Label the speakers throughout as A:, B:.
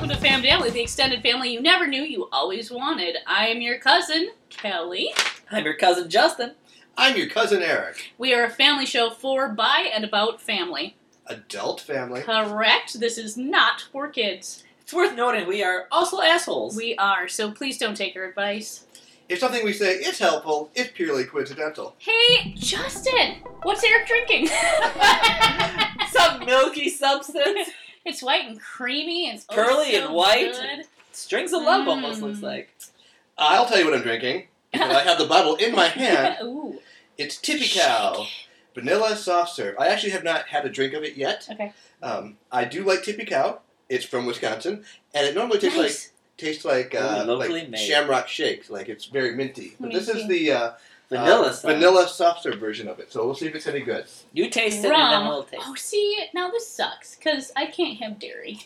A: with the extended family you never knew you always wanted. I am your cousin, Kelly.
B: I'm your cousin Justin.
C: I'm your cousin Eric,
A: We are a family show for, by, and about family.
C: adult family.
A: Correct. This is not for kids.
B: It's worth noting we are also assholes.
A: We are, so please don't take our advice.
C: If something we say is helpful, it's purely coincidental.
A: Hey, Justin! What's Eric drinking?
B: Some milky substance.
A: it's white and creamy. And it's oh
B: Curly
A: so
B: and white.
A: good.
B: Strings of love
A: Mm.
B: almost looks like.
C: I'll tell you what I'm drinking because I have the bottle in my hand.
A: Ooh.
C: It's Tippy Cow Vanilla Soft Serve. I actually have not had a drink of it yet.
A: Okay.
C: Um, I do like Tippy Cow. It's from Wisconsin, and it normally tastes like
A: Nice.
C: tastes like uh,
B: Ooh, locally
C: like
B: made.
C: shamrock shakes. Like it's very minty. But this is
A: Minty.
C: the uh,
B: Vanilla
C: uh,
B: stuff.
C: vanilla soft serve version of it. So we'll see if it's any good.
B: You taste it and
A: Rum.
B: then we'll taste.
A: Oh, see, now this sucks because I can't have dairy.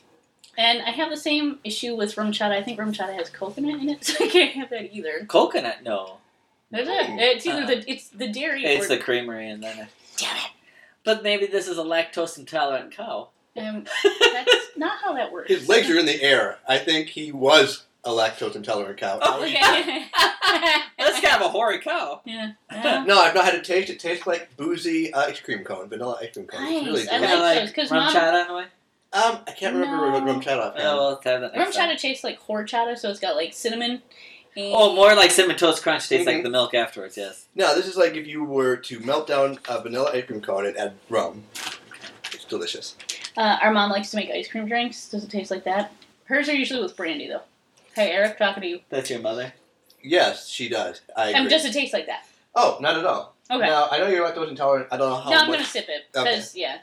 A: And I have the same issue with rum chata. I think rum chata has coconut in it, so I can't have that either.
B: Coconut? No.
A: Is it? It's either
C: Uh,
B: Uh-uh.
A: the it's the dairy
B: It's
A: or
B: the creamery and then.
A: damn
B: But maybe this is a lactose intolerant cow.
A: it. Um, that's not how that works.
C: His legs are in the air. I think he was a lactose intolerant cow.
B: Oh,
A: Okay.
B: That's kind of a horror cow.
A: yeah. yeah.
C: No, I've not had a taste. It tastes like boozy ice cream cone, vanilla ice cream cone. It's really
A: Nice. I
C: good.
B: Kinda
A: like
B: like
A: those, 'cause
B: rum
A: mom-
B: chata in a way.
C: um, I can't remember
A: No.
C: what rum chat off.
B: Oh, well, let's have that
A: Rum
B: next time.
A: chata tastes like horchata, so it's got like cinnamon. And
B: Oh, more like cinnamon toast crunch tastes like
C: Mhm.
B: the milk afterwards. Yes.
C: No, this is like if you were to melt down a vanilla ice cream cone and add rum. It's delicious.
A: Uh, our mom likes to make ice cream drinks. Does it taste like that? Hers are usually with brandy though. Hey Eric, talking to you.
B: That's your mother.
C: Yes, she does. I agree.
A: Um, does it taste like that?
C: oh, not at all.
A: Okay.
C: Now, I know you're lactose intolerant. I don't know how
A: no, I'm
C: much.
A: gonna sip it
C: Okay.
A: because yeah,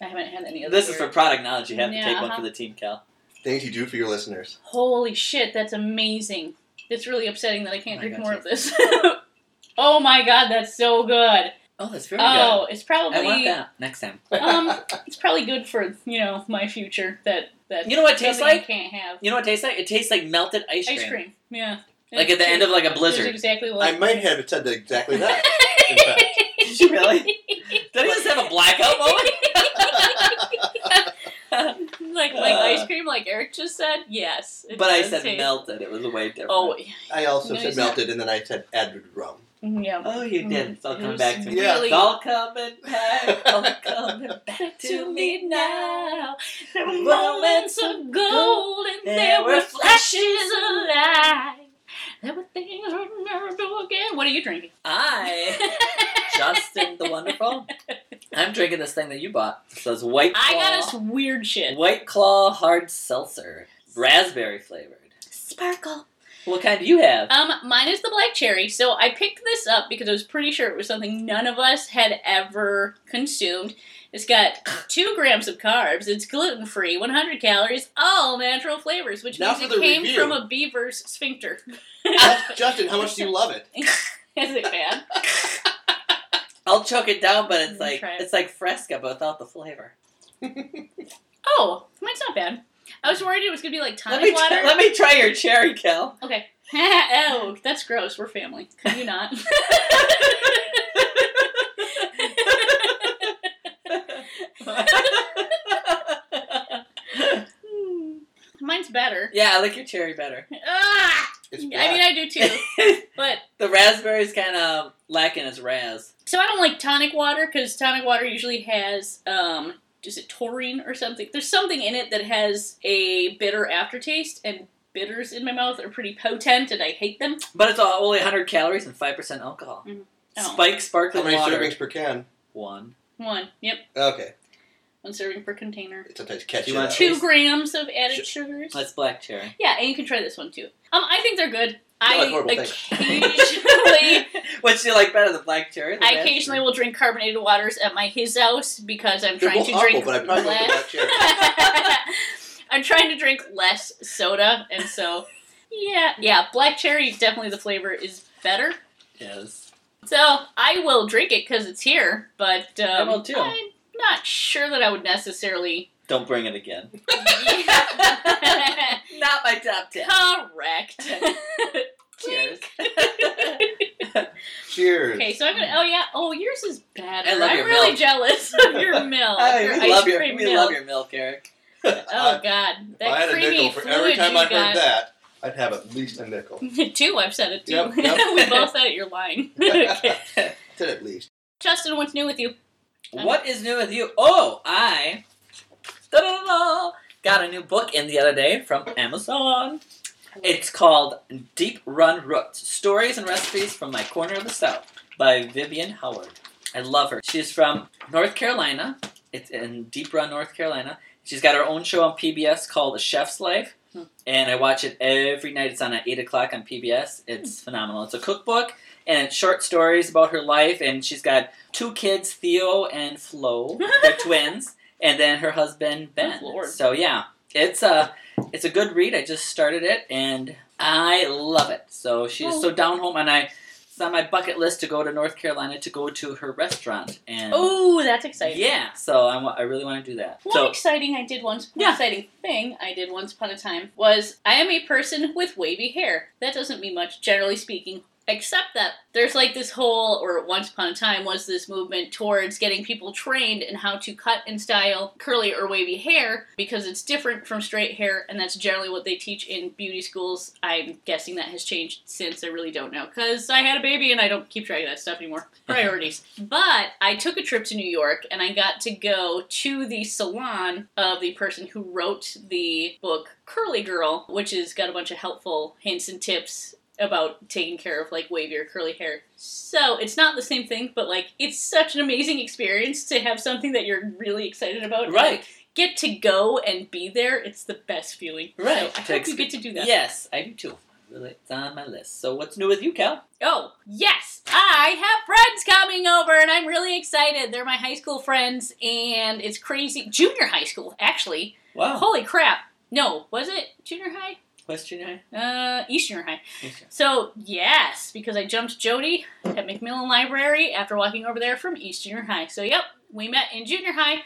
A: I haven't had any other.
B: Oh, This is for
A: beer.
B: product knowledge. You have
A: Yeah,
B: to take one
A: uh-huh.
B: for the team, Cal.
C: Things you do for your listeners.
A: Holy shit, that's amazing. It's really upsetting that I can't
B: Oh my
A: drink
B: God,
A: more
B: yes.
A: of this. oh my god, that's so good.
B: Oh, that's very
A: Oh, it's
B: good. I want
A: probably
B: that next time.
A: um, it's probably good for you know my future. That that
B: You know what it tastes
A: something
B: like?
A: I can't have
B: You know what it tastes like? It tastes like melted ice cream.
A: ice cream. Yeah.
B: Like at the end of like a
A: It's
B: blizzard.
A: Exactly what
C: I might have said that exactly that. in fact.
B: Did you really? Did he just have a blackout moment?
A: like like
B: Uh,
A: ice cream, like Eric just said. Yes, it
B: But I
A: does
B: said
A: taste-
B: melted. It was a way different.
A: Oh, yeah.
C: I also
A: No,
C: said
A: he's not.
C: melted, and then I said added rum.
A: mm-hmm, yeah.
B: Oh, you did. It's all
A: Mm, It
B: coming
A: was
B: back to me.
C: Yeah.
A: really-
B: It's all coming back. All coming back to me now.
A: There were moments of gold and there were flashes of light. There were things I'll never do again. What are you drinking?
B: I, Justin the Wonderful, I'm drinking this thing that you bought. So it's White Claw.
A: I got us weird shit.
B: White Claw hard seltzer, raspberry flavored.
A: Sparkle.
B: What kind do you have?
A: Um, mine is the black cherry. So I picked this up because I was pretty sure it was something none of us had ever consumed. It's got two grams of carbs. It's gluten free, 100 calories, all natural flavors, which
C: Now
A: means
C: for
A: it
C: the
A: came
C: review.
A: from a beaver's sphincter.
C: Ask Justin, how much do you love it?
A: is it bad?
B: I'll choke it down, but
A: Mm,
B: it's like
A: try it.
B: it's like Fresca, but without the flavor.
A: Oh, mine's not bad. I was worried it was gonna be like
B: Let
A: tonic
B: me,
A: water.
B: try, let me try your cherry, Cal.
A: Okay. oh, that's gross. We're family. Can you not? Mine's better.
B: yeah, I like your cherry better.
A: Ah!
C: It's
A: I mean,
C: black.
A: I do too. But
B: the raspberry's kind of lacking its ras.
A: so I don't like tonic water because tonic water usually has um, is it taurine or something? There's something in it that has a bitter aftertaste, and bitters in my mouth are pretty potent, and I hate them.
B: But it's all only 100 calories and 5% alcohol.
A: Oh.
B: Spike
C: how
B: sparkling
C: many
B: water.
C: servings per can?
B: One.
A: One. Yep.
C: Okay,
A: One serving per container.
C: it's sometimes catch
B: You
C: it
B: want
C: out.
A: Two
B: Nice.
A: grams of added
C: Sh-
A: sugars.
B: That's black cherry.
A: Yeah, and you can try this one too. Um, I think they're good.
C: like
A: I
C: horrible things.
A: occasionally,
B: Which do you like better, the black cherry? or the
A: I
B: raspberry?
A: occasionally will drink carbonated waters at my his house because I'm
C: They're
A: trying
C: both
A: to
C: awful,
A: drink
C: but I probably like the black
A: less.
C: cherry.
A: I'm trying to drink less soda, and so yeah, yeah, black cherry definitely the flavor is better.
B: Yes.
A: So I will drink it because it's here, but um,
B: I will too.
A: I'm not sure that I would necessarily.
B: Don't bring it again.
A: Correct.
B: Not my top ten. Cheers.
C: Cheers.
A: Okay, so I'm gonna. Oh yeah. Oh, yours is better.
B: I love
A: am
B: your
A: really
B: milk.
A: jealous of your milk.
B: I
A: your
B: we love
A: ice
B: your
A: cream
B: we
A: milk.
B: love your milk, Eric.
A: Oh God,
C: if I
A: that
C: had a
A: creamy
C: nickel for every
A: fluid
C: time
A: you
C: I heard
A: got.
C: that, I'd have at least a nickel.
A: Two, I've said it too.
C: Yep, yep.
A: we both said it. You're lying. okay.
C: Ten at least.
A: Justin, what's new with you?
B: What is new with you? Oh, I da-da-da-da, got a new book in the other day from Amazon. It's called Deep Run Roots Stories and Recipes from My Corner of the South by Vivian Howard. I love her. She's from North Carolina. It's in Deep Run, North Carolina. She's got her own show on PBS called A Chef's Life.
A: Hmm.
B: And I watch it every night. It's on at 8 o'clock on PBS. It's
A: Hmm.
B: phenomenal. It's a cookbook and it's short stories about her life. And she's got two kids, Theo and Flo. They're twins. And then her husband, Ben.
A: Oh, Lord.
B: So, yeah. It's a, it's a good read. I just started it and I love it. So,
A: Oh.
B: she's so down home. And I it's on my bucket list to go to North Carolina to go to her restaurant. And
A: Oh, that's exciting.
B: yeah, so I, wa- I really want to do that.
A: One
B: So
A: exciting I did once, one
B: Yeah.
A: exciting thing I did once upon a time was I am a person with wavy hair. That doesn't mean much, generally speaking, except that there's like this whole, or once upon a time was this movement towards getting people trained in how to cut and style curly or wavy hair because it's different from straight hair, and that's generally what they teach in beauty schools. I'm guessing that has changed since I really don't know because I had a baby and I don't keep track of that stuff anymore. Priorities. But I took a trip to New York and I got to go to the salon of the person who wrote the book Curly Girl, which has got a bunch of helpful hints and tips about taking care of like wavy or curly hair. So it's not the same thing, but like it's such an amazing experience to have something that you're really excited about. and,
B: right,
A: like, get to go and be there. It's the best feeling.
B: right.
A: I
B: To
A: hope
B: ex-
A: you get to do that.
B: Yes, I do too. Really, it's on my list. So what's new with you, Cal?
A: Oh, yes. I have friends coming over and I'm really excited. They're my high school friends and it's crazy. Junior high school, actually.
B: Wow.
A: Holy crap. No, was it junior high?
B: Question high.
A: Uh, East Junior High.
B: Okay.
A: So, yes, because I jumped Jody at McMillan Library after walking over there from East Junior High. So, yep, we met in junior high.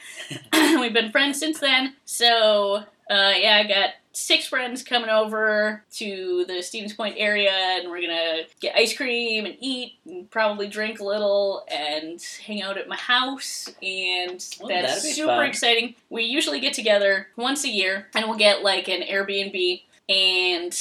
A: We've been friends since then. So, uh, yeah, I got six friends coming over to the Stevens Point area, and we're gonna get ice cream and eat, and probably drink a little, and hang out at my house. And that's
B: Oh, that'd be
A: super
B: fun.
A: exciting. We usually get together once a year, and we'll get like an Airbnb and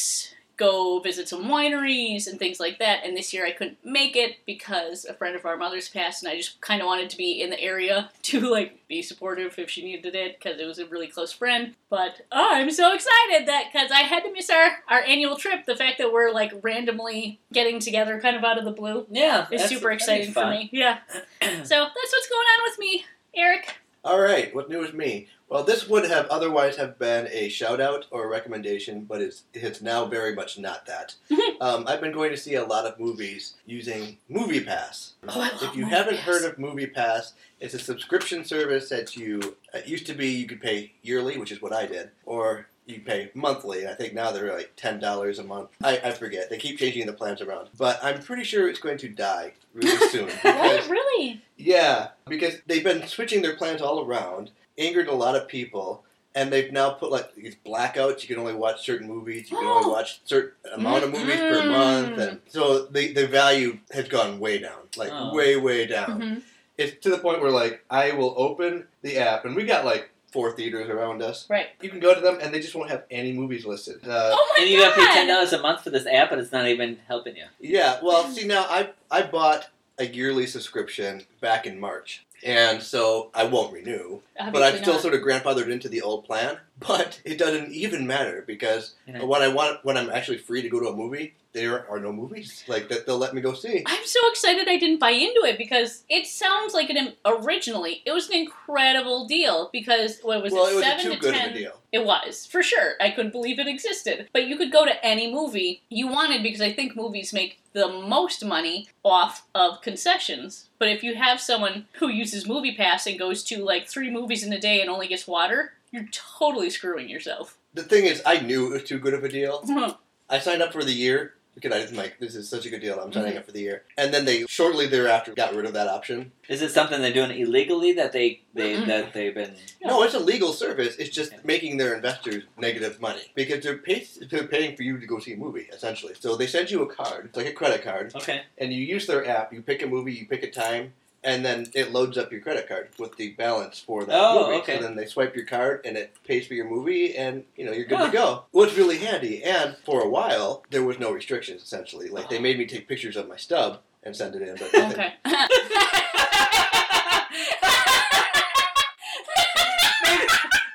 A: go visit some wineries and things like that. And this year I couldn't make it because a friend of our mother's passed, and I just kind of wanted to be in the area to like be supportive if she needed it because it was a really close friend. But oh, I'm so excited that because I had to miss our our annual trip. The fact that we're like randomly getting together, kind of out of the blue,
B: Yeah,
A: is
B: that's-
A: super
B: that'd be
A: exciting for
B: fun.
A: me. Yeah. so that's what's going on with me, Eric.
C: All right, what new is me? Well, this would have otherwise have been a shout out or a recommendation, but it's it's now very much not that. um, I've been going to see a lot of movies using MoviePass.
A: Oh, I love
C: if you haven't
A: MoviePass.
C: heard of MoviePass, it's a subscription service that you uh, it used to be you could pay yearly, which is what I did, or you pay monthly, and I think now they're like ten dollars a month. I, I forget. They keep changing the plans around, but I'm pretty sure it's going to die really soon because
A: Right? Really?
C: yeah, because they've been switching their plans all around, angered a lot of people, and they've now put like these blackouts. You can only watch certain movies. You can only
A: Oh. Mm-hmm.
C: watch certain amount of movies per month, and so the the value has gone way down, like
B: Oh.
C: way way down.
A: Mhm.
C: It's to the point where like I will open the app, and we got like four theaters around us.
A: Right.
C: You can go to them, and they just won't have any movies listed. Uh,
A: Oh my
B: And you gotta pay ten
A: god!
B: dollars a month for this app, and it's not even helping you.
C: Yeah,
A: Mm-hmm.
C: well, see now I I bought a yearly subscription back in March, and so I won't renew. But I'm
A: Obviously
C: still
A: not.
C: sort of grandfathered into the old plan. But it doesn't even matter because
B: Yeah.
C: when I want, when I'm actually free to go to a movie, there are no movies like that they'll let me go see.
A: I'm so excited I didn't buy into it because it sounds like an originally it was an incredible deal because what was
C: well,
A: it,
C: it was a
A: seven
C: too
A: to
C: good
A: ten?
C: of a deal.
A: It was for sure. I couldn't believe it existed. But you could go to any movie you wanted because I think movies make the most money off of concessions. But if you have someone who uses Movie Pass and goes to like three movies in a day and only gets water, you're totally screwing yourself.
C: The thing is, I knew it was too good of a deal.
A: oh
C: I signed up for the year because I was like, this is such a good deal. I'm
A: Mm-hmm.
C: signing up for the year, and then they shortly thereafter got rid of that option.
B: Is it something they're doing illegally that they they
A: Mm-mm.
B: that they've been?
C: No, it's a legal service. It's just
B: Okay.
C: making their investors negative money because they're, pay- they're paying for you to go see a movie, essentially. So they send you a card, it's like a credit card,
B: Okay.
C: and you use their app. You pick a movie, you pick a time, and then it loads up your credit card with the balance for that
B: Oh,
C: movie.
B: okay.
C: So then they swipe your card, and it pays for your movie, and you know you're good
B: Huh.
C: to go. Well, it's really handy. And for a while, there was no restrictions. Essentially, like they made me take pictures of my stub and send it in, but nothing-
A: Okay.
B: maybe,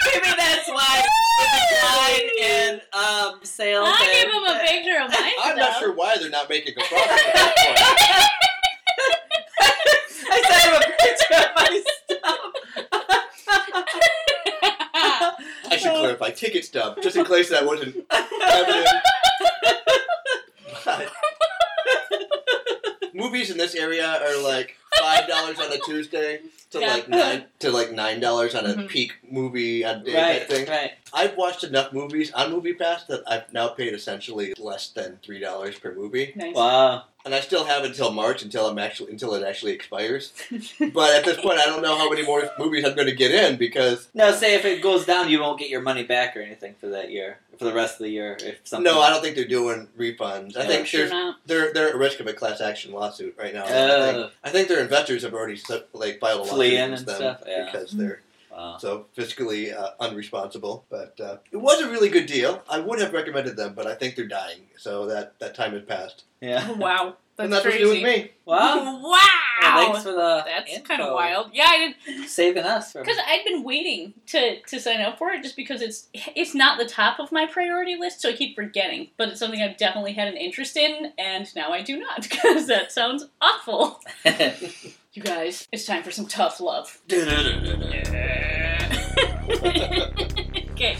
B: maybe that's why the decline in um, sales.
A: I
B: and-
A: gave him a picture of my
C: I'm not
A: stuff.
C: sure why they're not making a profit at that point.
B: I sent him a picture of my stuff.
C: I should clarify ticket stub, just in case that wasn't evident. But- movies in this area are like five dollars on a Tuesday to
A: Yeah.
C: like nine to like nine dollars on a
A: Mhm.
C: peak movie on day type
B: Mm-hmm. right,
C: thing.
B: right.
C: I've watched enough movies on Movie Pass that I've now paid essentially less than three dollars per movie,
A: Nice.
B: Wow.
C: and I still have until March until I'm actually until it actually expires. But at this point, I don't know how many more movies I'm going to get in because
B: Now, say if it goes down, you won't get your money back or anything for that year, for the rest of the year. If something.
C: No, I don't think they're doing refunds. I
B: Yeah.
C: think
A: Sure
C: there's
A: not.
C: they're they're at risk of a class action lawsuit right now. I, think,
B: Oh,
C: I think their investors have already su- like filed a lawsuit
B: Fleeing
C: against
B: and
C: them
B: stuff, yeah. Hmm.
C: because they're
B: wow.
C: so fiscally uh, unresponsible. But uh, it was a really good deal. I would have recommended them, but I think they're dying, so that that time has passed.
B: Yeah.
A: Wow. That's
C: and that's
A: crazy.
C: what you do with me.
B: Wow.
A: Wow.
B: Well, thanks for the.
A: That's
B: info.
A: kind of wild. Yeah, I didn't
B: Saving us from.
A: Because I'd been waiting to, to sign up for it just because it's it's not the top of my priority list, so I keep forgetting. But it's something I've definitely had an interest in, and now I do not because that sounds awful. You guys, it's time for some tough love. okay.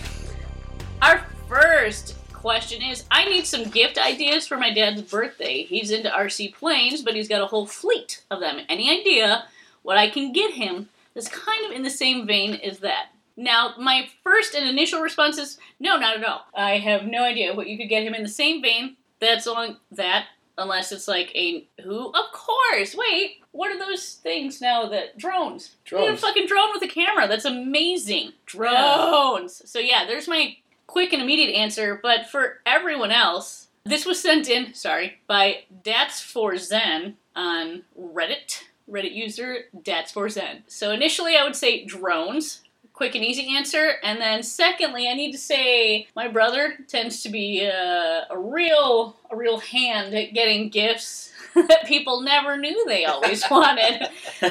A: Our first question is I need some gift ideas for my dad's birthday. He's into RC planes, but he's got a whole fleet of them. Any idea what I can get him that's kind of in the same vein as that? Now, my first and initial response is no, not at all. I have no idea what you could get him in the same vein that's on that, unless it's like a who? Of course! Wait, what are those things now that drones? You got a
C: Drones.
A: fucking drone with a camera. That's amazing. Drones. So yeah, there's my quick and immediate answer. But for everyone else, this was sent in, sorry, by Dats for Zen on Reddit. Reddit user Dats for Zen. So initially I would say drones. Quick and easy answer. And then secondly, I need to say my brother tends to be uh, a real a real hand at getting gifts that people never knew they always wanted.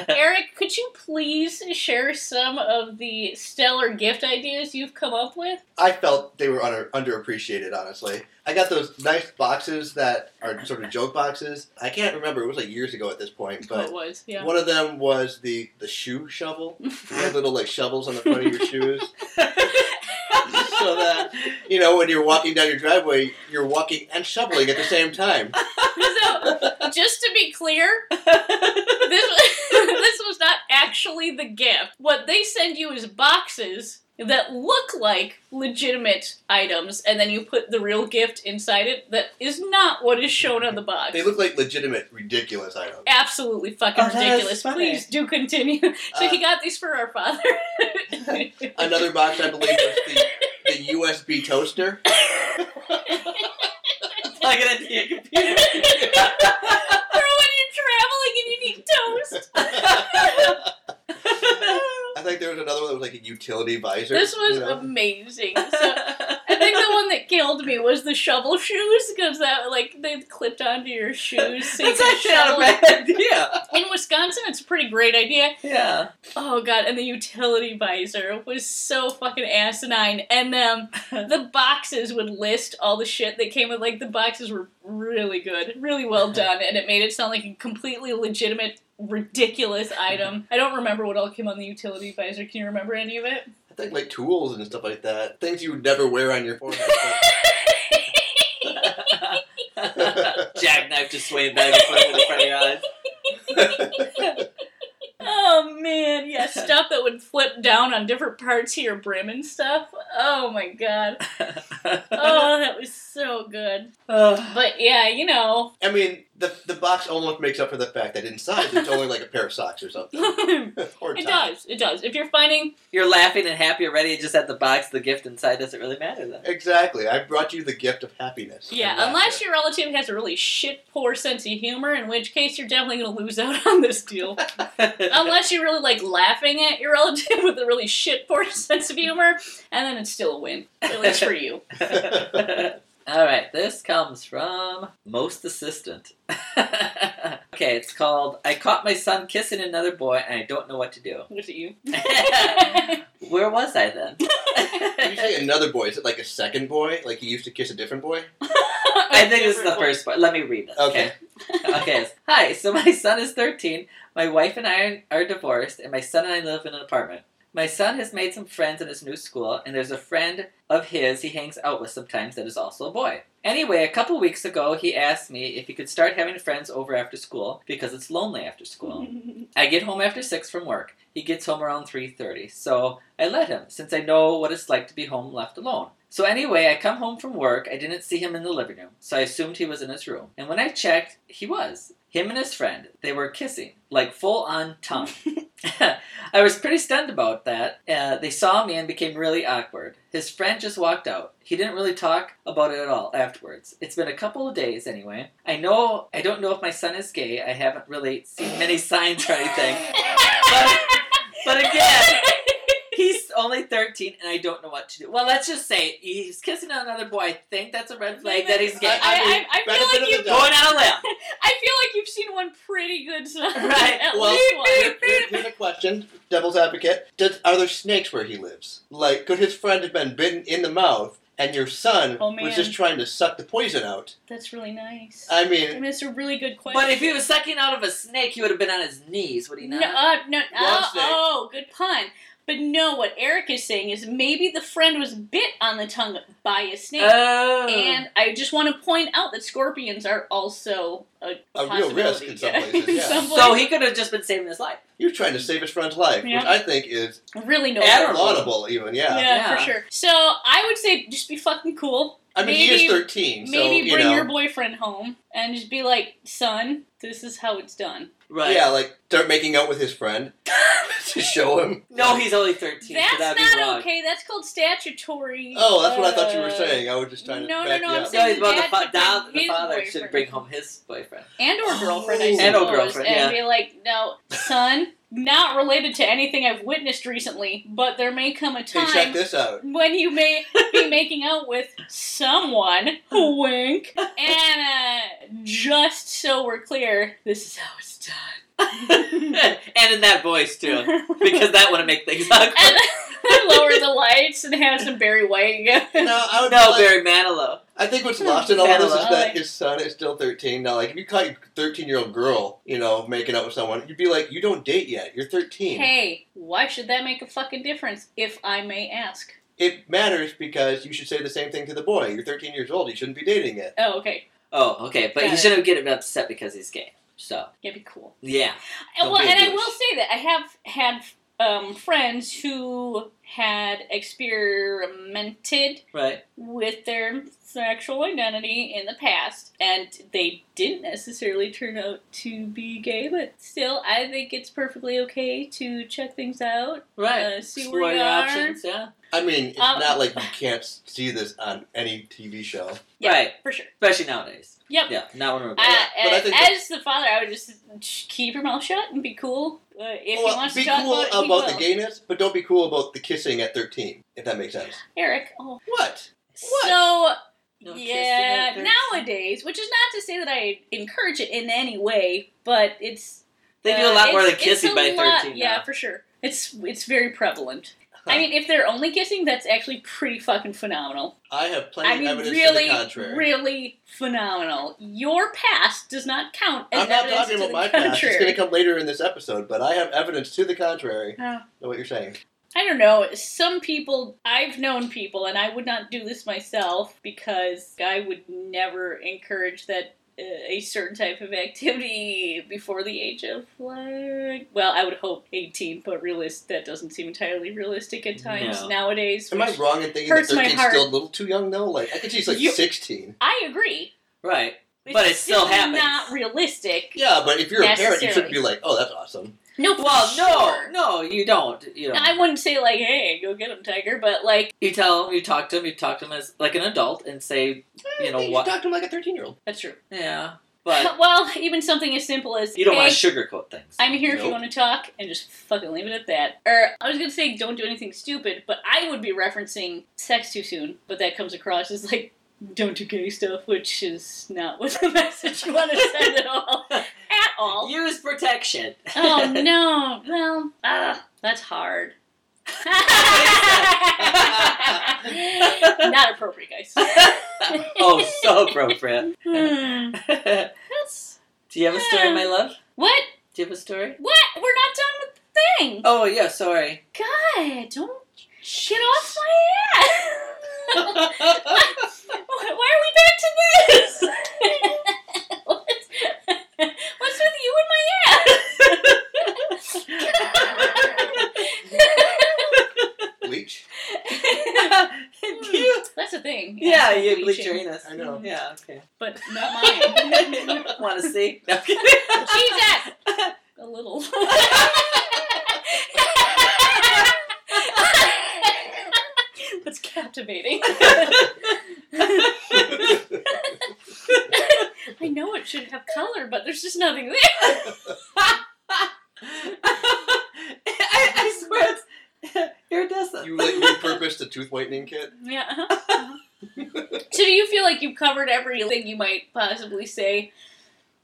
A: Eric, could you please share some of the stellar gift ideas you've come up with?
C: I felt they were under, underappreciated, honestly. I got those nice boxes that are sort of joke boxes. I can't remember; it was like years ago at this point, but.
A: what Oh, was, yeah.
C: One of them was the the shoe shovel. You have little like shovels on the front of your shoes, so that you know when you're walking down your driveway, you're walking and shoveling at the same time.
A: so, just to be clear, this this was not actually the gift. What they send you is boxes that look like legitimate items, and then you put the real gift inside it. That is not what is shown on the box.
C: They look like legitimate ridiculous items.
A: absolutely fucking
B: Oh, that is
A: ridiculous.
B: funny.
A: Please do continue. So he
C: Uh,
A: got these for our father.
C: Another box, I believe, was the, the USB toaster.
B: Plug it into your computer.
A: for when you're traveling and you need toast.
C: I think there was another one that was like a utility visor.
A: This was
C: you know?
A: amazing. So, I think the one that killed me was the shovel shoes because that like they clipped onto your shoes. So you
B: That's
A: could
B: actually not a
A: shovel.
B: bad idea.
A: In Wisconsin, it's a pretty great idea.
B: Yeah.
A: Oh god, and the utility visor was so fucking asinine. And um, the boxes would list all the shit that came with. Like the boxes were really good, really well done, and it made it sound like a completely legitimate, ridiculous item. I don't remember what all came on the utility visor. Can you remember any of it?
C: I think like tools and stuff like that, things you would never wear on your forehead.
B: Jackknife just swayed back and forth in front of your eyes.
A: Oh man, yeah, stuff that would flip down on different parts of your brim and stuff. Oh my god. Oh, that was so good. But yeah, you know,
C: I mean, the, the box almost makes up for the fact that inside there's only like a pair of socks or something.
A: it
C: or ties.
A: does. It does. If you're finding,
B: You're laughing and happy already just at the box. The gift inside doesn't really matter then.
C: Exactly. I brought you the gift of happiness.
A: yeah,
C: And
A: unless
C: laughter.
A: your relative has a really shit poor sense of humor, in which case you're definitely going to lose out on this deal. unless you're really like laughing at your relative with a really shit poor sense of humor, and then it's still a win, at least for you.
B: All right, this comes from Most Assistant. okay, it's called I Caught My Son Kissing Another Boy and I Don't Know What to Do.
A: Look at you.
B: Where was I then?
C: Did you say another boy? Is it like a second boy? Like he used to kiss a different boy?
B: I think this is the first part. Let me read this.
C: Okay.
B: okay. Hi. So my son is 13. My wife and I are divorced, and my son and I live in an apartment. My son has made some friends in his new school, and there's a friend of his he hangs out with sometimes that is also a boy. Anyway, a couple weeks ago, he asked me if he could start having friends over after school because it's lonely after school. I get home after six from work. He gets home around three thirty, so I let him, since I know what it's like to be home left alone. So anyway, I come home from work. I didn't see him in the living room, so I assumed he was in his room. And when I checked, he was. Him and his friend, they were kissing, like full on tongue. I was pretty stunned about that. Uh, they saw me and became really awkward. His friend just walked out. He didn't really talk about it at all afterwards. It's been a couple of days anyway. I know I don't know if my son is gay. I haven't really seen many signs or anything. But, but again, he's only 13 and I don't know what to do. Well, let's just say he's kissing another boy. I think that's a red flag that he's gay.
C: I mean,
A: I, I, I feel
C: benefit of
A: like
C: the
A: you.
C: doubt.
B: Going out on a limb.
A: I feel like you've seen one pretty good sign.
B: Right,
A: At
C: well-
A: least
C: Here-
A: one.
C: here- Here's a question, devil's advocate. Does, are there snakes where he lives? Like, could his friend have been bitten in the mouth and your son
A: Oh, man.
C: was just trying to suck the poison out?
A: That's really nice.
C: I
A: I
C: mean,
A: mean, that's a really good question.
B: Uh, But if he was sucking out of a snake, he would have been on his knees, would he
A: no,
B: not?
A: uh, no,
C: Wrong
A: oh,
C: snake.
A: oh, good pun. But no, what Eric is saying is maybe the friend was bit on the tongue by a snake.
B: Oh.
A: and I just want to point out that scorpions are also a,
C: A real risk in
A: possibility.
C: some
A: Yeah.
C: places,
A: In
C: yeah.
A: some
B: so he could have just been saving his life.
C: you're trying to save his friend's life,
A: Yeah.
C: which I think is
A: places. really no.
B: Adam- Admirable.
C: laudable, even, yeah.
A: yeah,
B: Yeah.
A: for sure. So I would say just be fucking cool.
C: I mean, he
A: Maybe-
C: is 13, so,
A: Maybe
C: you
A: bring
C: know.
A: your boyfriend home and just be like, "Son, this is how it's done."
B: Right.
C: Yeah, like, start making out with his friend to show him.
B: No, he's only 13. so
A: That's
B: that'd
A: not
B: be wrong.
A: okay. That's called statutory.
C: Oh, that's what I thought you
A: uh,
C: were saying. I was just trying to
A: no, no,
C: back
A: no,
C: you
A: I'm
C: up.
A: saying-
B: No, he's about
A: Dad should bring
B: the, fa- dad, the
A: his
B: father should
A: boyfriend.
B: bring home his boyfriend.
A: and or girlfriend, I
C: Oh.
A: suppose,
C: And
B: or girlfriend,
A: and be
B: yeah.
A: like, "No, son, not related to anything I've witnessed recently, but there may come a
C: Hey,
A: time."
C: check this out.
A: when you may be making out with someone, wink, and uh, just so we're clear, this is how it's
B: and in that voice, too.
A: done.
B: Because that would make things
A: and
B: awkward.
A: lower the lights and have some Barry White.
C: No, I would
B: Oh, No,
C: like-
B: Barry Manilow.
C: I think what's lost in all of this is
A: Fennel.
C: that his son is still 13. Now, like, if you caught a 13 year old girl, you know, making out with someone, you'd be like, you don't date yet. You're 13.
A: hey, why should that make a fucking difference, if I may ask?
C: It matters because you should say the same thing to the boy. You're 13 years old. You shouldn't be dating yet.
A: Oh, okay.
B: Oh, okay. But
A: Got
B: he
A: it.
B: shouldn't get upset because he's gay. So,
A: Yeah, be cool.
B: yeah.
A: And,
B: Don't
A: well,
B: be a
A: and I
B: douche.
A: will say that I have had um, friends who had experimented
B: Right.
A: with their sexual identity in the past, and they didn't necessarily turn out to be gay, but still, I think it's perfectly okay to check things out,
B: Right.
A: uh, see
B: Explore
A: where you
B: your
A: are.
B: options, yeah.
C: I mean, it's
A: Um,
C: not like you can't see this on any TV show.
A: Yeah,
B: Right.
A: for sure.
B: Especially nowadays.
A: Yep.
B: Yeah, not when we're
A: Uh,
C: but I
A: as,
C: think that-
A: as the father, I would just keep your mouth shut and be cool. Uh, if
C: Well,
A: he wants
C: be
A: to talk
C: cool
A: about, it, he
C: about the
A: will.
C: gayness, but don't be cool about the kissing at 13, if that makes sense.
A: Eric. Oh,
C: What?
A: so
B: No kissing
A: yeah,
B: at thirteen.
A: nowadays, which is not to say that I encourage it in any way, but it's
B: They do
A: Uh,
B: a lot more than
A: it's- it's
B: kissing
A: a
B: by
A: lot-
B: thirteen.
A: Yeah,
B: now.
A: for sure. It's it's very prevalent.
C: Huh.
A: I mean, if they're only kissing, that's actually pretty fucking phenomenal.
C: I have plenty
A: I mean,
C: of evidence to the
A: really,
C: contrary.
A: really phenomenal. Your past does not count as
C: I'm not
A: evidence
C: talking
A: to
C: about
A: the
C: my past. It's going
A: contrary.
C: to come later in this episode, but I have evidence to the contrary.
A: Oh.
C: Know what you're saying?
A: I don't know. Some people, I've known people, and I would not do this myself because I would never encourage that uh, a certain type of activity before the age of like, well, I would hope 18, but realist that doesn't seem entirely realistic at times
B: No.
A: nowadays.
C: Am I
A: which-
C: wrong in thinking that
A: Hurts my
C: 13's
A: heart.
C: still a little too young though? Like I think she's like
A: You-
C: 16.
A: I agree.
B: Right. But it still happens.
A: Not realistic.
C: Yeah, but if you're a parent, you shouldn't
A: Necessarily.
C: be like, "Oh, that's awesome."
A: No. for
B: Well,
A: sure.
B: no, no, you don't. You don't.
A: Now, I wouldn't say like, "Hey, go get him, tiger," but like,
B: You tell him, you talk to him, you talk to him as like an adult, and say, You know
C: Eh,
B: what?
C: You talk to him like a thirteen-year-old.
A: that's true.
B: yeah, but
A: well, even something as simple as
B: you don't
A: "Hey,
B: want to sugarcoat things.
A: I'm here if you
C: Nope.
A: want to talk, and just fucking leave it at that. Or I was gonna say, don't do anything stupid, but I would be referencing sex too soon, but that comes across as like, don't do gay stuff, which is not what the message you want to send at all. At all.
B: Use protection.
A: Oh no. Well, ugh, that's hard. not appropriate, guys.
B: oh, so appropriate.
A: Hmm,
B: Do
A: that's-
B: you have a story, my love?
A: What?
B: Do you have a story?
A: What? We're not done with the thing.
B: Oh yeah, sorry.
A: God, don't get off my ass. Why are we back to this? what's, what's with you and my ass?
C: Bleach.
A: That's the thing.
B: yeah,
A: Ass
B: you bleach your
A: bleaching,
B: anus.
C: I know.
B: Yeah, okay.
A: But not mine.
B: Want to see? No.
A: Jesus! A little. That's captivating. I know it should have color, but there's just nothing there.
B: I, I swear it's iridescent.
C: You like repurposed the tooth whitening kit.
A: Yeah. uh-huh. so do you feel like you've covered everything you might possibly say?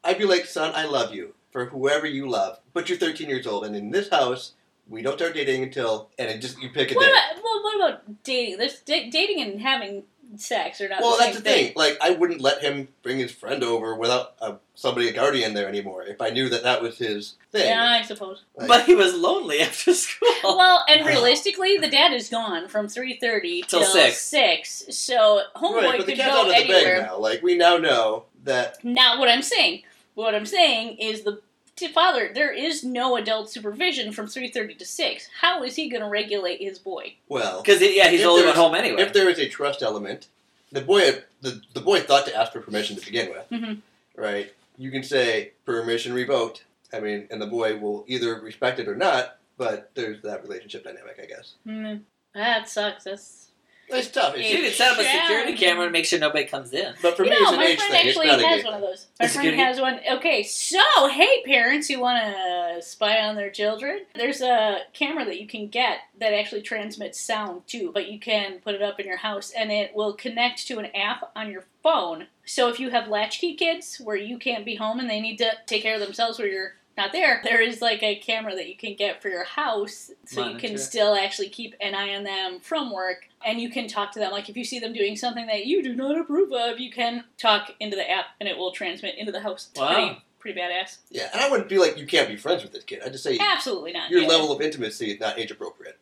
C: I'd be like, "Son, I love you for whoever you love, but you're 13 years old, and in this house, we don't start dating until and it just you pick a
A: What
C: day."
A: about, well, what about dating? This da- dating and having sex are not
C: Well,
A: the same
C: that's the thing. Like, I wouldn't let him bring his friend over without uh, somebody, a guardian, there anymore. If I knew that that was his thing, Oh.
A: Yeah, I suppose.
C: Like,
B: But he was lonely after school.
A: Well, and realistically, the dad is gone from three thirty
B: Till six.
A: six. So homeboy
C: right, but the
A: could
C: cat's
A: go
C: out of the bag
A: anywhere.
C: now. Like, we now know that
A: Not what I'm saying. What I'm saying is the t- father. There is no adult supervision from three thirty to six. How is he going to regulate his boy?
C: well,
B: Because yeah, he's
C: If
B: older at
C: there's-
B: home anyway.
C: if there is a trust element, the boy the, the boy thought to ask for permission to begin with,
A: Mhm.
C: right? You can say permission revoked. I mean, and the boy will either respect it or not. But there's that relationship dynamic, I guess.
A: Hmm. That sucks. That's
C: It's tough. It's
B: you
A: Yeah.
B: could set up a security
A: Yeah.
B: camera to make sure nobody comes in.
C: But for
A: you
C: me,
A: know,
C: it's an
A: my
C: age
A: friend
C: thing. It's
A: actually
C: not a
A: has
C: gay
A: one of
C: thing.
A: those. My
B: Is it
A: friend
B: gonna be-
A: has one. Okay, so hey, parents who want to spy on their children, there's a camera that you can get that actually transmits sound too, but you can put it up in your house and it will connect to an app on your phone. So if you have latchkey kids where you can't be home and they need to take care of themselves where you're not there, there is like a camera that you can get for your house so you
B: Monitor.
A: can still actually keep an eye on them from work and you can talk to them. Like if you see them doing something that you do not approve of, you can talk into the app and it will transmit into the house. It's
B: Wow.
A: pretty, pretty badass.
C: Yeah, and I wouldn't be like you can't be friends with this kid. I'd just say
A: Absolutely not.
C: your
A: yeah.
C: level of intimacy is not age appropriate.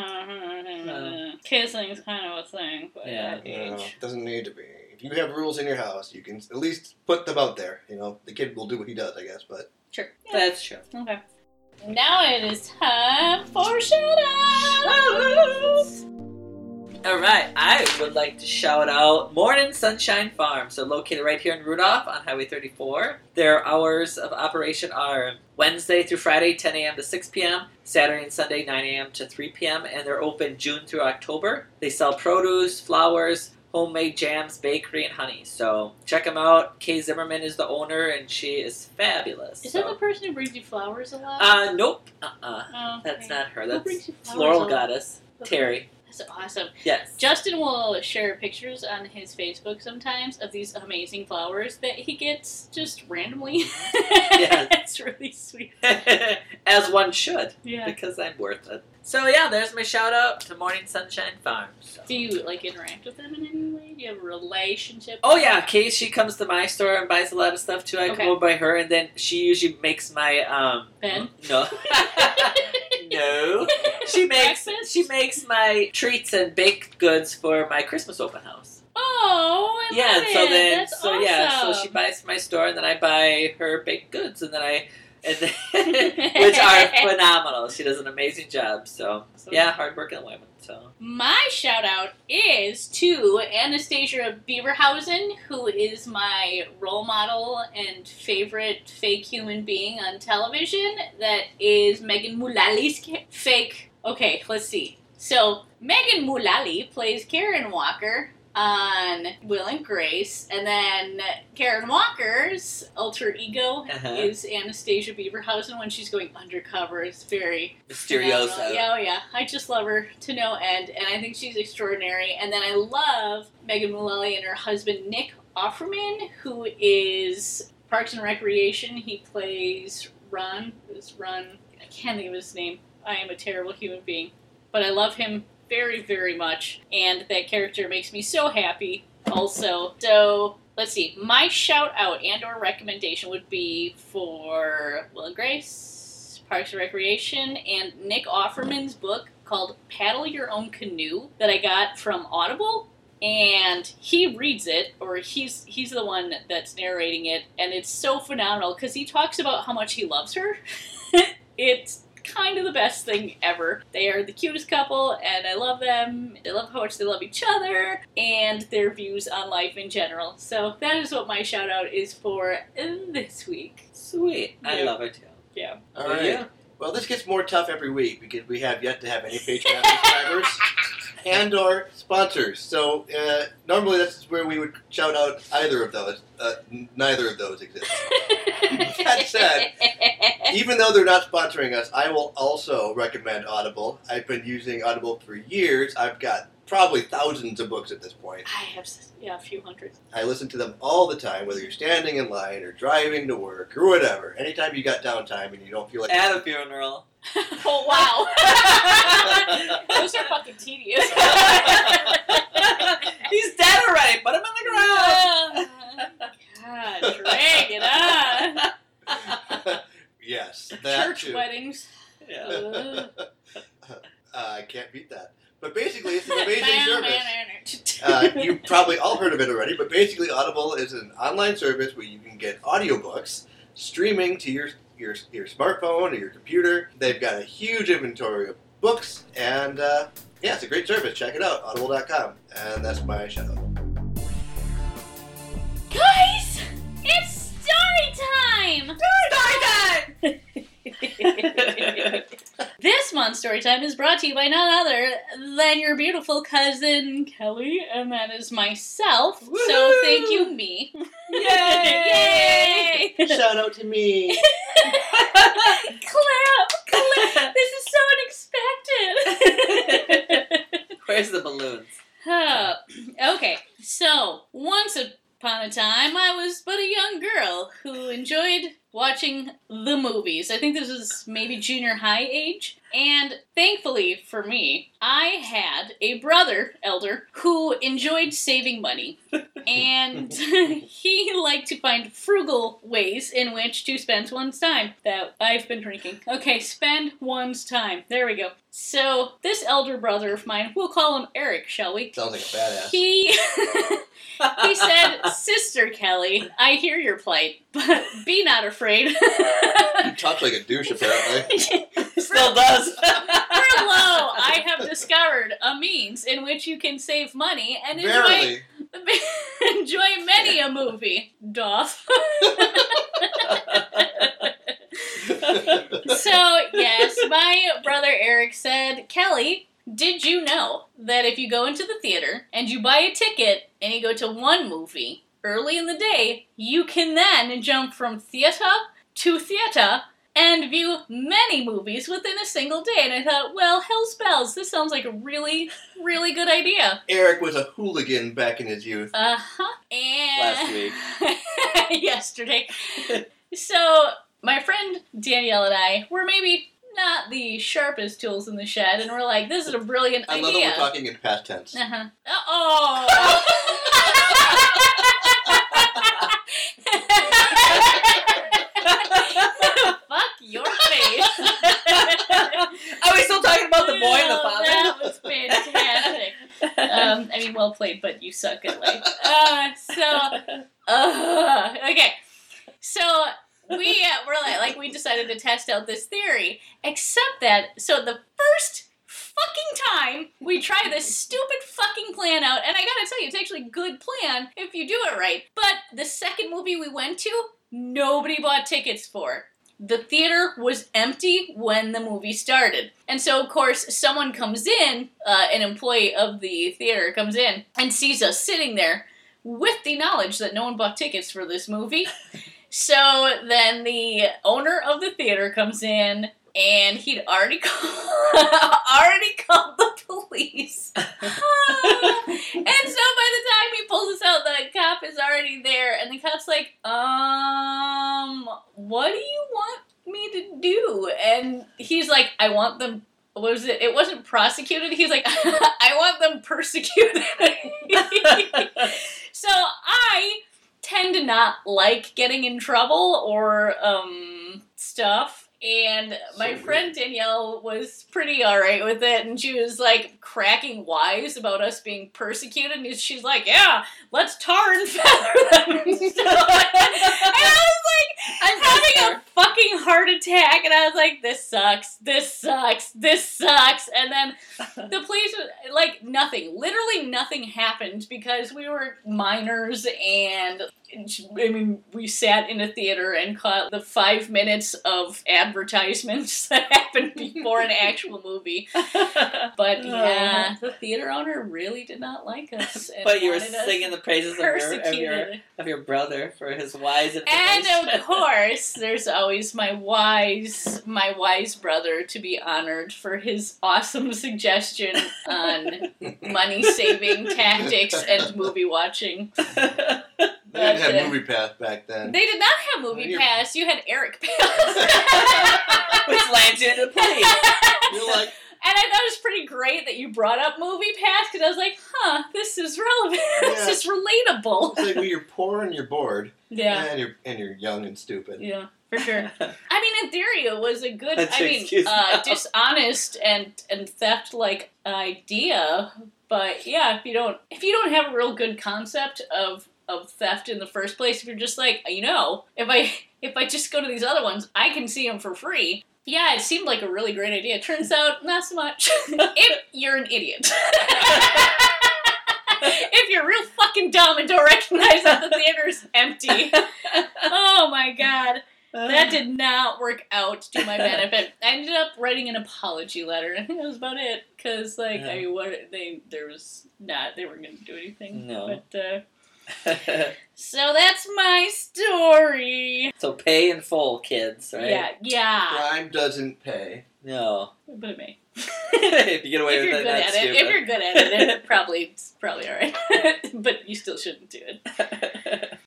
A: Yeah. Kissing's kind of a thing, but
B: Uh. Yeah.
A: at that age.
C: No, it doesn't need to be. If you have rules in your house, you can at least put them out there. You know, the kid will do what he does, I guess. But
A: Sure. Yeah.
B: That's true.
A: Okay. Now it is time for shout-outs.
B: All right, I would like to shout out Morning Sunshine Farms. They're located right here in Rudolph on Highway 34. Their hours of operation are Wednesday through Friday, 10 a.m. to 6 p.m., Saturday and Sunday, 9 a.m. to 3 p.m., and they're open June through October. They sell produce, flowers, homemade jams, bakery, and honey. So check them out. Kay Zimmerman is the owner, and she is fabulous.
A: Is that
B: So-
A: the person who brings you flowers a lot?
B: Uh, nope. Uh-uh.
A: Oh,
B: That's
A: okay.
B: not her.
A: Who brings
B: That's
A: you flowers a
B: floral
A: lot?
B: goddess, Terry.
A: That's awesome.
B: Yes.
A: Justin will share pictures on his Facebook sometimes of these amazing flowers that he gets just randomly.
B: Yeah.
A: That's really sweet.
B: As one should.
A: Yeah.
B: because I'm worth it. So yeah, there's my shout out to Morning Sunshine Farm. So.
A: Do you like interact with them in any way? Do you have a relationship?
B: Oh yeah, Kate. She comes to my store and buys a lot of stuff too. I
A: Okay.
B: come over by her, and then she usually makes my um.
A: Bed?
B: No. no. She makes
A: Breakfast?
B: she makes my treats and baked goods for my Christmas open house.
A: Oh, I
B: yeah.
A: love
B: So
A: it.
B: then
A: That's
B: so
A: awesome.
B: yeah so she buys from my store, and then I buy her baked goods, and then I and then- which are phenomenal. She does an amazing job. So yeah, hardworking women. So
A: My shout out is to Anastasia Beaverhausen, who is my role model and favorite fake human being on television. That is Megan Mullally, fake. Okay, let's see. So, Megan Mullally plays Karen Walker on Will and Grace, and then Karen Walker's alter ego
B: Uh-huh.
A: is Anastasia Beaverhausen when she's going undercover. It's very
B: Mysteriosa.
A: yeah, oh yeah. I just love her to no end, and I think she's extraordinary. And then I love Megan Mullally and her husband Nick Offerman, who is Parks and Recreation. He plays Ron. Is Ron? I can't think of his name. I am a terrible human being, but I love him very, very much, and that character makes me so happy. Also, so. Let's see. My shout out and or recommendation would be for Will and Grace, Parks and Recreation, and Nick Offerman's book called Paddle Your Own Canoe that I got from Audible. And he reads it, or he's he's the one that's narrating it, and it's so phenomenal because he talks about how much he loves her. it's kind of the best thing ever. They are the cutest couple, and I love them. I love how much they love each other and their views on life in general. So that is what my shout out is for this week.
B: Sweet. I
A: Yeah.
B: love her too.
A: Yeah.
C: All right.
B: Yeah.
C: Well, this gets more tough every week because we have yet to have any Patreon subscribers and or sponsors. So uh, normally that's where we would shout out either of those. Uh, n- neither of those exist. That said, Even though they're not sponsoring us, I will also recommend Audible. I've been using Audible for years. I've got probably thousands of books at this point.
A: I have s- yeah, a few hundred.
C: I listen to them all the time, whether you're standing in line or driving to work or whatever. Anytime you got downtime and you don't feel like
B: At a funeral.
A: oh wow. Those are fucking tedious.
B: He's dead already. Put him on the ground.
A: God, drag it on.
C: yes, that
A: Church
C: too.
A: weddings.
B: Yeah.
A: Uh,
C: Uh, I can't beat that. But basically, it's an amazing service. Uh,
A: service.
C: you've probably all heard of it already, but basically, Audible is an online service where you can get audiobooks streaming to your your, your smartphone or your computer. They've got a huge inventory of books, and uh, yeah, it's a great service. Check it out, audible.com. And that's my shout out.
A: Guys, it's story time. This month's story time is brought to you by none other than your beautiful cousin Kelly, and that is myself. So
B: Woohoo!
A: thank you, me.
B: Yay!
A: Yay!
C: shout out to me.
A: clap, clap. This is so unexpected.
B: Where's the balloons?
A: Huh. okay, so once upon a time, I was but a young girl who enjoyed watching the movies. I think this was maybe junior high age. And thankfully for me, I had a brother, Elder, who enjoyed saving money. and he liked to find frugal ways in which to spend one's time. That I've been drinking. Okay, spend one's time. There we go. So, this elder brother of mine, we'll call him Eric, shall we?
C: Sounds like a badass.
A: He he said, "Sister Kelly, I hear your plight, but be not afraid.
C: You talk like a douche, apparently.
B: Still does.
A: Hello, I have discovered a means in which you can save money and enjoy
C: Barely.
A: enjoy many a movie." Doff. so yes, my brother Eric said, Kelly, did you know that if you go into the theater and you buy a ticket and you go to one movie early in the day, you can then jump from theater to theater and view many movies within a single day. And I thought, well, hell's bells, this sounds like a really, really good idea.
C: Eric was a hooligan back in his youth.
A: Uh huh. And
B: Last week.
A: yesterday. so my friend Danielle and I were maybe not the sharpest tools in the shed, and we're like, "This is a brilliant
C: I love that
A: idea."
C: we're talking in past tense.
A: uh-huh. Uh oh. Fuck your face.
B: Are we still talking about the boy and the
A: Oh,
B: father?
A: That was fantastic. um, I mean, well played, but you suck at life. Uh, so, uh, okay. So we uh, were like, like, we decided to test out this theory. Except that, so the first fucking time we try this stupid fucking plan out, and I gotta tell you, it's actually a good plan if you do it right. But the second movie we went to, nobody bought tickets for. The theater was empty when the movie started. And so, of course, someone comes in, uh, an employee of the theater comes in and sees us sitting there with the knowledge that no one bought tickets for this movie. So then the owner of the theater comes in and he'd already called, already called the police. and so by the time he pulls us out, the cop is already there, and the cop's like, um, what do you want me to do? And he's like, I want them. What was it? It wasn't prosecuted. He's like, I want them persecuted. so I tend to not like getting in trouble or um, stuff. And my
C: So
A: friend Danielle was pretty alright with it, and she was like cracking wise about us being persecuted. And she's like, "Yeah, let's tar and feather them." and I was like,
B: I'm
A: having a fucking heart attack, and I was like, "This sucks. This sucks. This sucks." And then the police, like nothing, literally nothing happened because we were minors, and I mean, we sat in a theater and caught the five minutes of advertisements that happened before an actual movie. But yeah, the theater owner really did not like us. and
B: But you were
A: wanted us
B: singing the praises of your, of your
A: persecuted.
B: of your brother for his wise information.
A: And of course, there's always my wise, my wise brother to be honored for his awesome suggestion on money saving tactics and movie watching.
C: They didn't
A: That's it.
C: have movie path back
A: They
C: then.
A: did not have movie
C: You're-
A: pass. You had Eric pass.
B: Which lands you in the police.
C: You're like,
A: And I thought it was pretty great that you brought up movie pass because I was like, huh, this is relevant. this
C: Yeah.
A: is relatable.
C: it's like when you're poor and you're bored,
A: Yeah.
C: and you're and you're young and stupid.
A: Yeah, for sure. I mean, in theory, it was a good,
B: That's
A: I mean,
B: excuse
A: uh,
B: now.
A: dishonest and and theft like idea. But yeah, if you don't if you don't have a real good concept of of theft in the first place, if you're just like you know, if I if I just go to these other ones, I can see them for free. Yeah, it seemed like a really great idea. Turns out, not so much. if you're an idiot. if you're real fucking dumb and don't recognize that the theater's empty. Oh my god. That did not work out to my benefit. I ended up writing an apology letter. I think that was about it because, like, I what they there was not they weren't going to do anything.
B: No.
A: But uh, so that's my story.
B: so pay in full, kids, right?
A: Yeah, yeah.
C: Crime doesn't pay.
B: No.
A: But it may.
B: if you get away
A: if you're
B: with
A: good
B: it, that's
A: at it, if you're good at it, then it probably it's probably all right. but you still shouldn't do it.
B: stupid.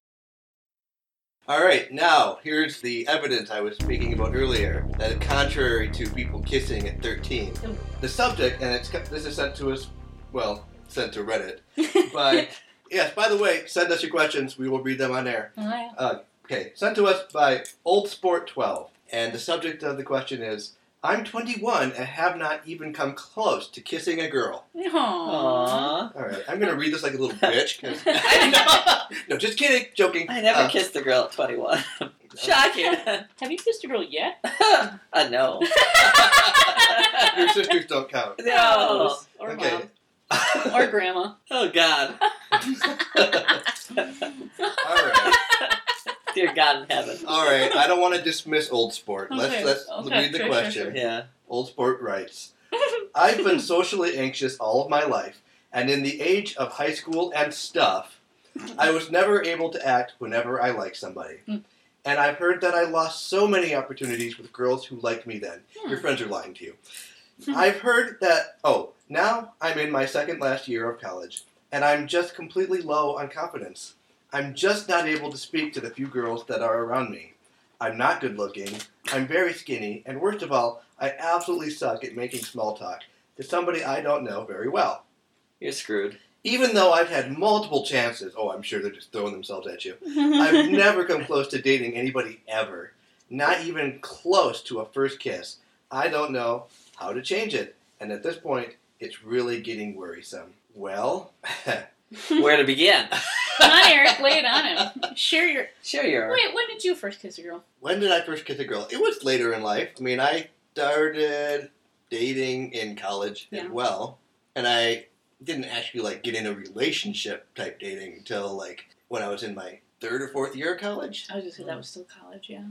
C: All right, now here's the evidence I was speaking about earlier that is contrary to people kissing at 13.
A: Mm.
C: The subject, and it's this is sent to us, well, sent to Reddit by. Yes, by the way, send us your questions. We will read them on air.
A: Oh, yeah.
C: Okay, sent to us by Old Sport 12, and the subject of the question is I'm 21 and have not even come close to kissing a girl.
A: Aw.
B: Aww.
C: All right, I'm gonna read this like a little bitch. 'cause-
B: I
C: no, just kidding, joking.
B: I never
A: Oh.
C: Uh,
B: kissed a girl at 21. Shocking.
A: Have you kissed a girl yet?
B: I know.
C: Your sisters don't count.
B: no.
A: Or
C: okay.
A: mom. Or grandma.
B: Oh, God.
C: All right.
B: Dear God in heaven.
C: All right. I don't want to dismiss Old Sport.
A: Okay,
C: Let's let's
A: okay,
C: read the
A: sure, sure,
C: question.
B: Yeah.
C: Old Sport writes, I've been socially anxious all of my life, and in the age of high school and stuff, I was never able to act whenever I liked somebody.
A: Hmm.
C: And I've heard that I lost so many opportunities with girls who liked me then. Your
A: Hmm.
C: friends are lying to you.
A: Hmm.
C: I've heard that, oh, now I'm in my second last year of college, and I'm just completely low on confidence. I'm just not able to speak to the few girls that are around me. I'm not good looking, I'm very skinny, and worst of all, I absolutely suck at making small talk to somebody I don't know very well.
B: You're screwed.
C: Even though I've had multiple chances, oh, I'm sure they're just throwing themselves at you. I've never come close to dating anybody ever. Not even close to a first kiss. I don't know how to change it. And at this point, it's really getting worrisome. Well,
B: Where to begin?
A: Come on, Eric, lay it on him. Share your.
B: Sure, you're.
A: Wait, when did you first kiss a girl?
C: When did I first kiss a girl? It was later in life. I mean, I started dating in college
A: Yeah.
C: as well, and I didn't actually like get in a relationship type dating until like when I was in my third or fourth year of college.
A: I was just say that was still college, yeah.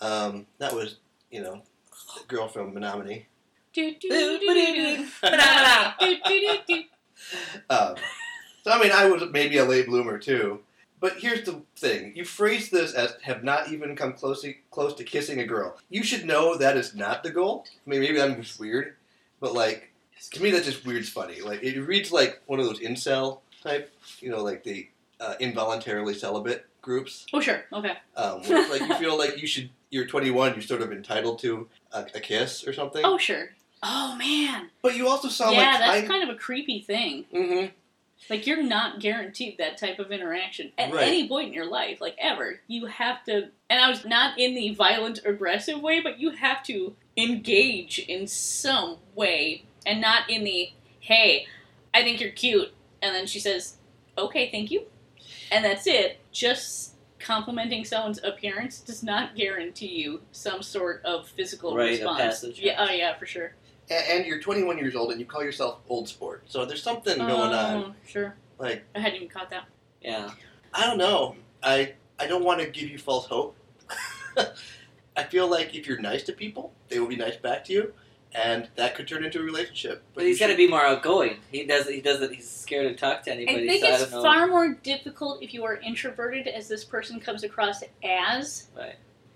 C: Um, that was, you know, the girl from Menominee.
A: Do, do, do, do, do.
B: Ba-da-ba-da.
A: Do, do, do, do.
C: Um, so I mean, I was maybe a late bloomer too. But here's the thing: you phrase this as "have not even come close close to kissing a girl." You should know that is not the goal. I mean, maybe I'm just weird, but like to me, that just weird's funny. Like it reads like one of those incel type, you know, like the uh, involuntarily celibate groups,
A: Oh, sure. Okay.
C: um, where it's like you feel like you should. You're 21. You're sort of entitled to a, a kiss or something.
A: Oh, sure. Oh, man.
C: But you also sound
A: yeah,
C: like
A: that's
C: I-
A: kind of a creepy thing.
C: Mhm.
A: Like, you're not guaranteed that type of interaction at
C: Right.
A: any point in your life, like, ever. You have to. And I was not in the violent, aggressive way, but you have to engage in some way and not in the, hey, I think you're cute. And then she says, okay, thank you. And that's it. Just complimenting someone's appearance does not guarantee you some sort of physical
B: Rite of
A: response.
B: passage.
A: Yeah, oh, yeah, for sure.
C: A- and you're 21 years old and you call yourself old sport. So there's something going on.
A: Oh, Sure.
C: Like
A: I hadn't even caught that.
B: Yeah.
C: I don't know. I I don't want to give you false hope. I feel like if you're nice to people, they will be nice back to you, and that could turn into a relationship.
B: But he's
C: you
B: got to be more outgoing. He doesn't. He doesn't. He's scared to talk to anybody.
A: I think
B: so I
A: it's
B: don't know.
A: far more difficult if you are introverted, as this person comes across as.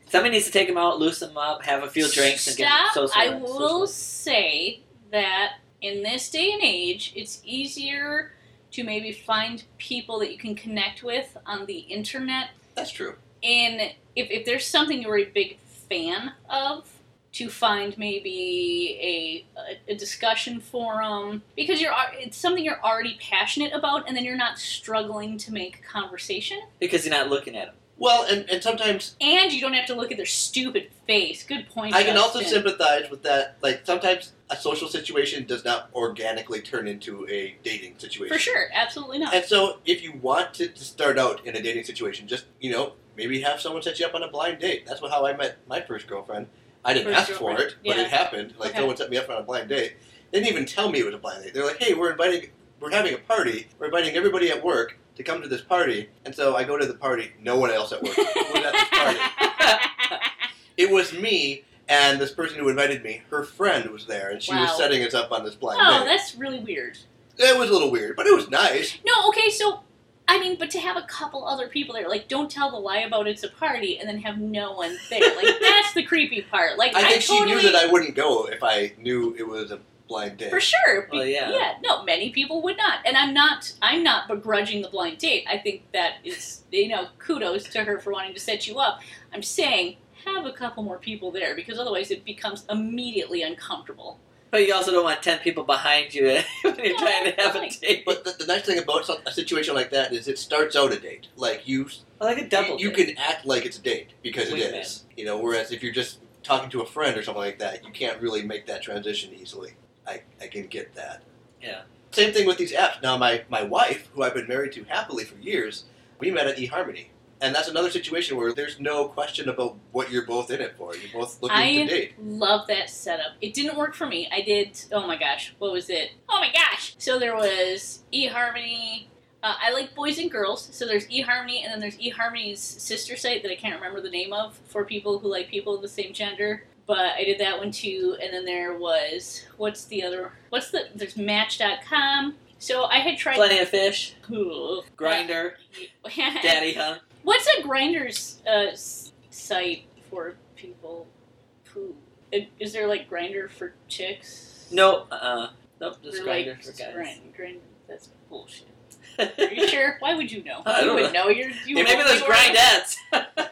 B: Somebody needs to take him out, loosen him up, have a few drinks, and get him
A: Stop.
B: social.
A: I will say that in this day and age, it's easier to maybe find people that you can connect with on the internet.
C: should- That's true.
A: In if, if there's something you're a big fan of, to find maybe a, a, a discussion forum because you're al- it's something you're already passionate about, and then you're not struggling to make conversation.
B: because you're not looking at him.
C: Well, and, and sometimes
A: And you don't have to look at their stupid face. Good point.
C: I can also
A: Justin.
C: sympathize with that. Like sometimes a social situation does not organically turn into a dating situation.
A: for sure, absolutely not.
C: And so, if you want to, to start out in a dating situation, just you know, maybe have someone set you up on a blind date. That's what, how I met my first girlfriend. I didn't
A: First
C: ask for it,
A: girlfriend,
C: but
A: yeah.
C: it happened. Like
A: Okay.
C: someone set me up on a blind date. They didn't even tell me it was a blind date. They're like, "Hey, we're inviting, we're having a party. We're inviting everybody at work to come to this party." And so I go to the party. No one else at work was at this party. It was me and this person who invited me. Her friend was there, and she
A: Wow.
C: was setting us up on this blind
A: oh,
C: date.
A: that's really weird.
C: That was a little weird, but it was nice.
A: No, okay, so I mean, but to have a couple other people there, like, don't tell the lie about it's a party, and then have no one there, like, that's the creepy part. Like,
C: I
A: I,
C: think
A: totally,
C: she knew that I wouldn't go if I knew it was a blind date.
A: for sure.
B: Well, yeah.
A: no, many people would not, and I'm not. I'm not begrudging the blind date. I think that is, you know, kudos to her for wanting to set you up. I'm saying have a couple more people there because otherwise it becomes immediately uncomfortable.
B: But you also don't want ten people behind you when you're
A: No,
B: trying to have a
A: right.
B: date.
C: But the, the nice thing about some- a situation like that is it starts out a date. Like you,
B: Well, like a double.
C: you
B: date.
C: can act like it's a date because it is.
B: Wingman.
C: You know, whereas if you're just talking to a friend or something like that, you can't really make that transition easily. I, I can get that.
B: Yeah.
C: Same thing with these apps. Now, my, my wife, who I've been married to happily for years, we met at eHarmony. And that's another situation where there's no question about what you're both in it for. You're both looking
A: I-
C: to date.
A: Love that setup. It didn't work for me. I did. Oh my gosh, what was it? Oh my gosh. So there was eHarmony. Uh, I like boys and girls. So there's eHarmony, and then there's eHarmony's sister site that I can't remember the name of for people who like people of the same gender. But I did that one too. And then there was what's the other? What's the? There's Match.com. So I had tried.
B: Plenty of fish, grinder, daddy hunt.
A: What's a grinder's uh, s- site for people who i- is there like grinder for chicks?
B: No, uh, nope, just
A: They're
B: grinder
A: like,
B: for
A: just
B: guys.
A: grind, grind. That's bullshit. Are you sure? Why would you know?
B: I
A: you
B: don't
A: would know. You're, you
B: Maybe
A: would-
B: those
A: you were-
B: grindettes.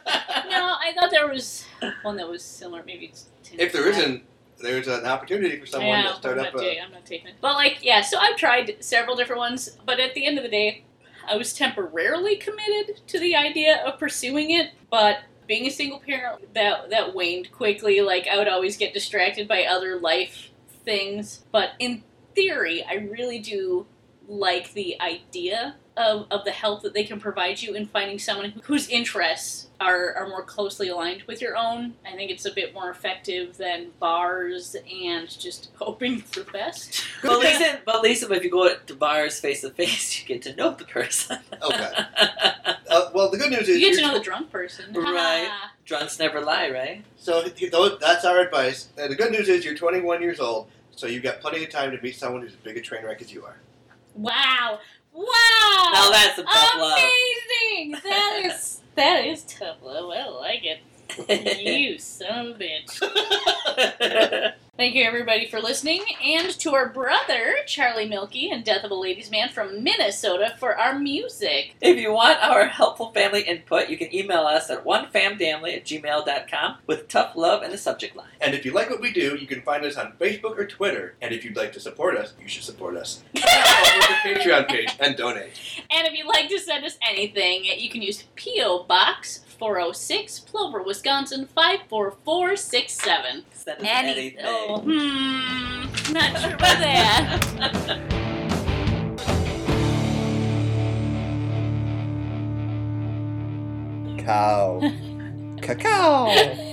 A: No, I thought there was one that was similar. Maybe it's Tinder.
C: If there isn't, there's an opportunity for someone
A: yeah,
C: to start
A: I'm
C: up
A: Not
C: a.
A: doing- I'm not taking it. But like, yeah. So I've tried several different ones, but at the end of the day, I was temporarily committed to the idea of pursuing it. But being a single parent, that that waned quickly. Like I would always get distracted by other life things. But in theory, I really do like the idea of, of the help that they can provide you in finding someone who- whose interests are, are more closely aligned with your own. I think it's a bit more effective than bars and just hoping for the best.
B: But Lisa, but Lisa, if you go to bars face to face, you get to know the person.
C: Okay. Uh, well, the good news
A: You
C: is
A: get
C: you're
A: to know
C: tw-
A: the drunk person.
B: Right.
A: Ah.
B: Drunks never lie, right?
C: So th- th- that's our advice. And the good news is you're 21 years old, so you've got plenty of time to meet someone who's as big a train wreck as you are.
A: Wow. Wow. Uh,
B: Now that's a tough
A: Amazing. That is that is tough love. I like it. You son of a bitch.
B: love.
A: Thank you, everybody, for listening, and to our brother, Charlie Milky and Death of a Ladies Man from Minnesota, for our music.
B: if you want our helpful family input, you can email us at onefamdamly at gmail.com with tough love in the subject line.
C: And if you like what we do, you can find us on Facebook or Twitter. And if you'd like to support us, you should support us. Over to the
A: and
C: Patreon page and donate.
A: if you'd like to send us anything, you can use P.O. Box 406, Plover, Wisconsin 54467.
B: Send us
A: Any-
B: anything.
A: Oh, hmm. Not sure about that.
C: Cow. Cacao.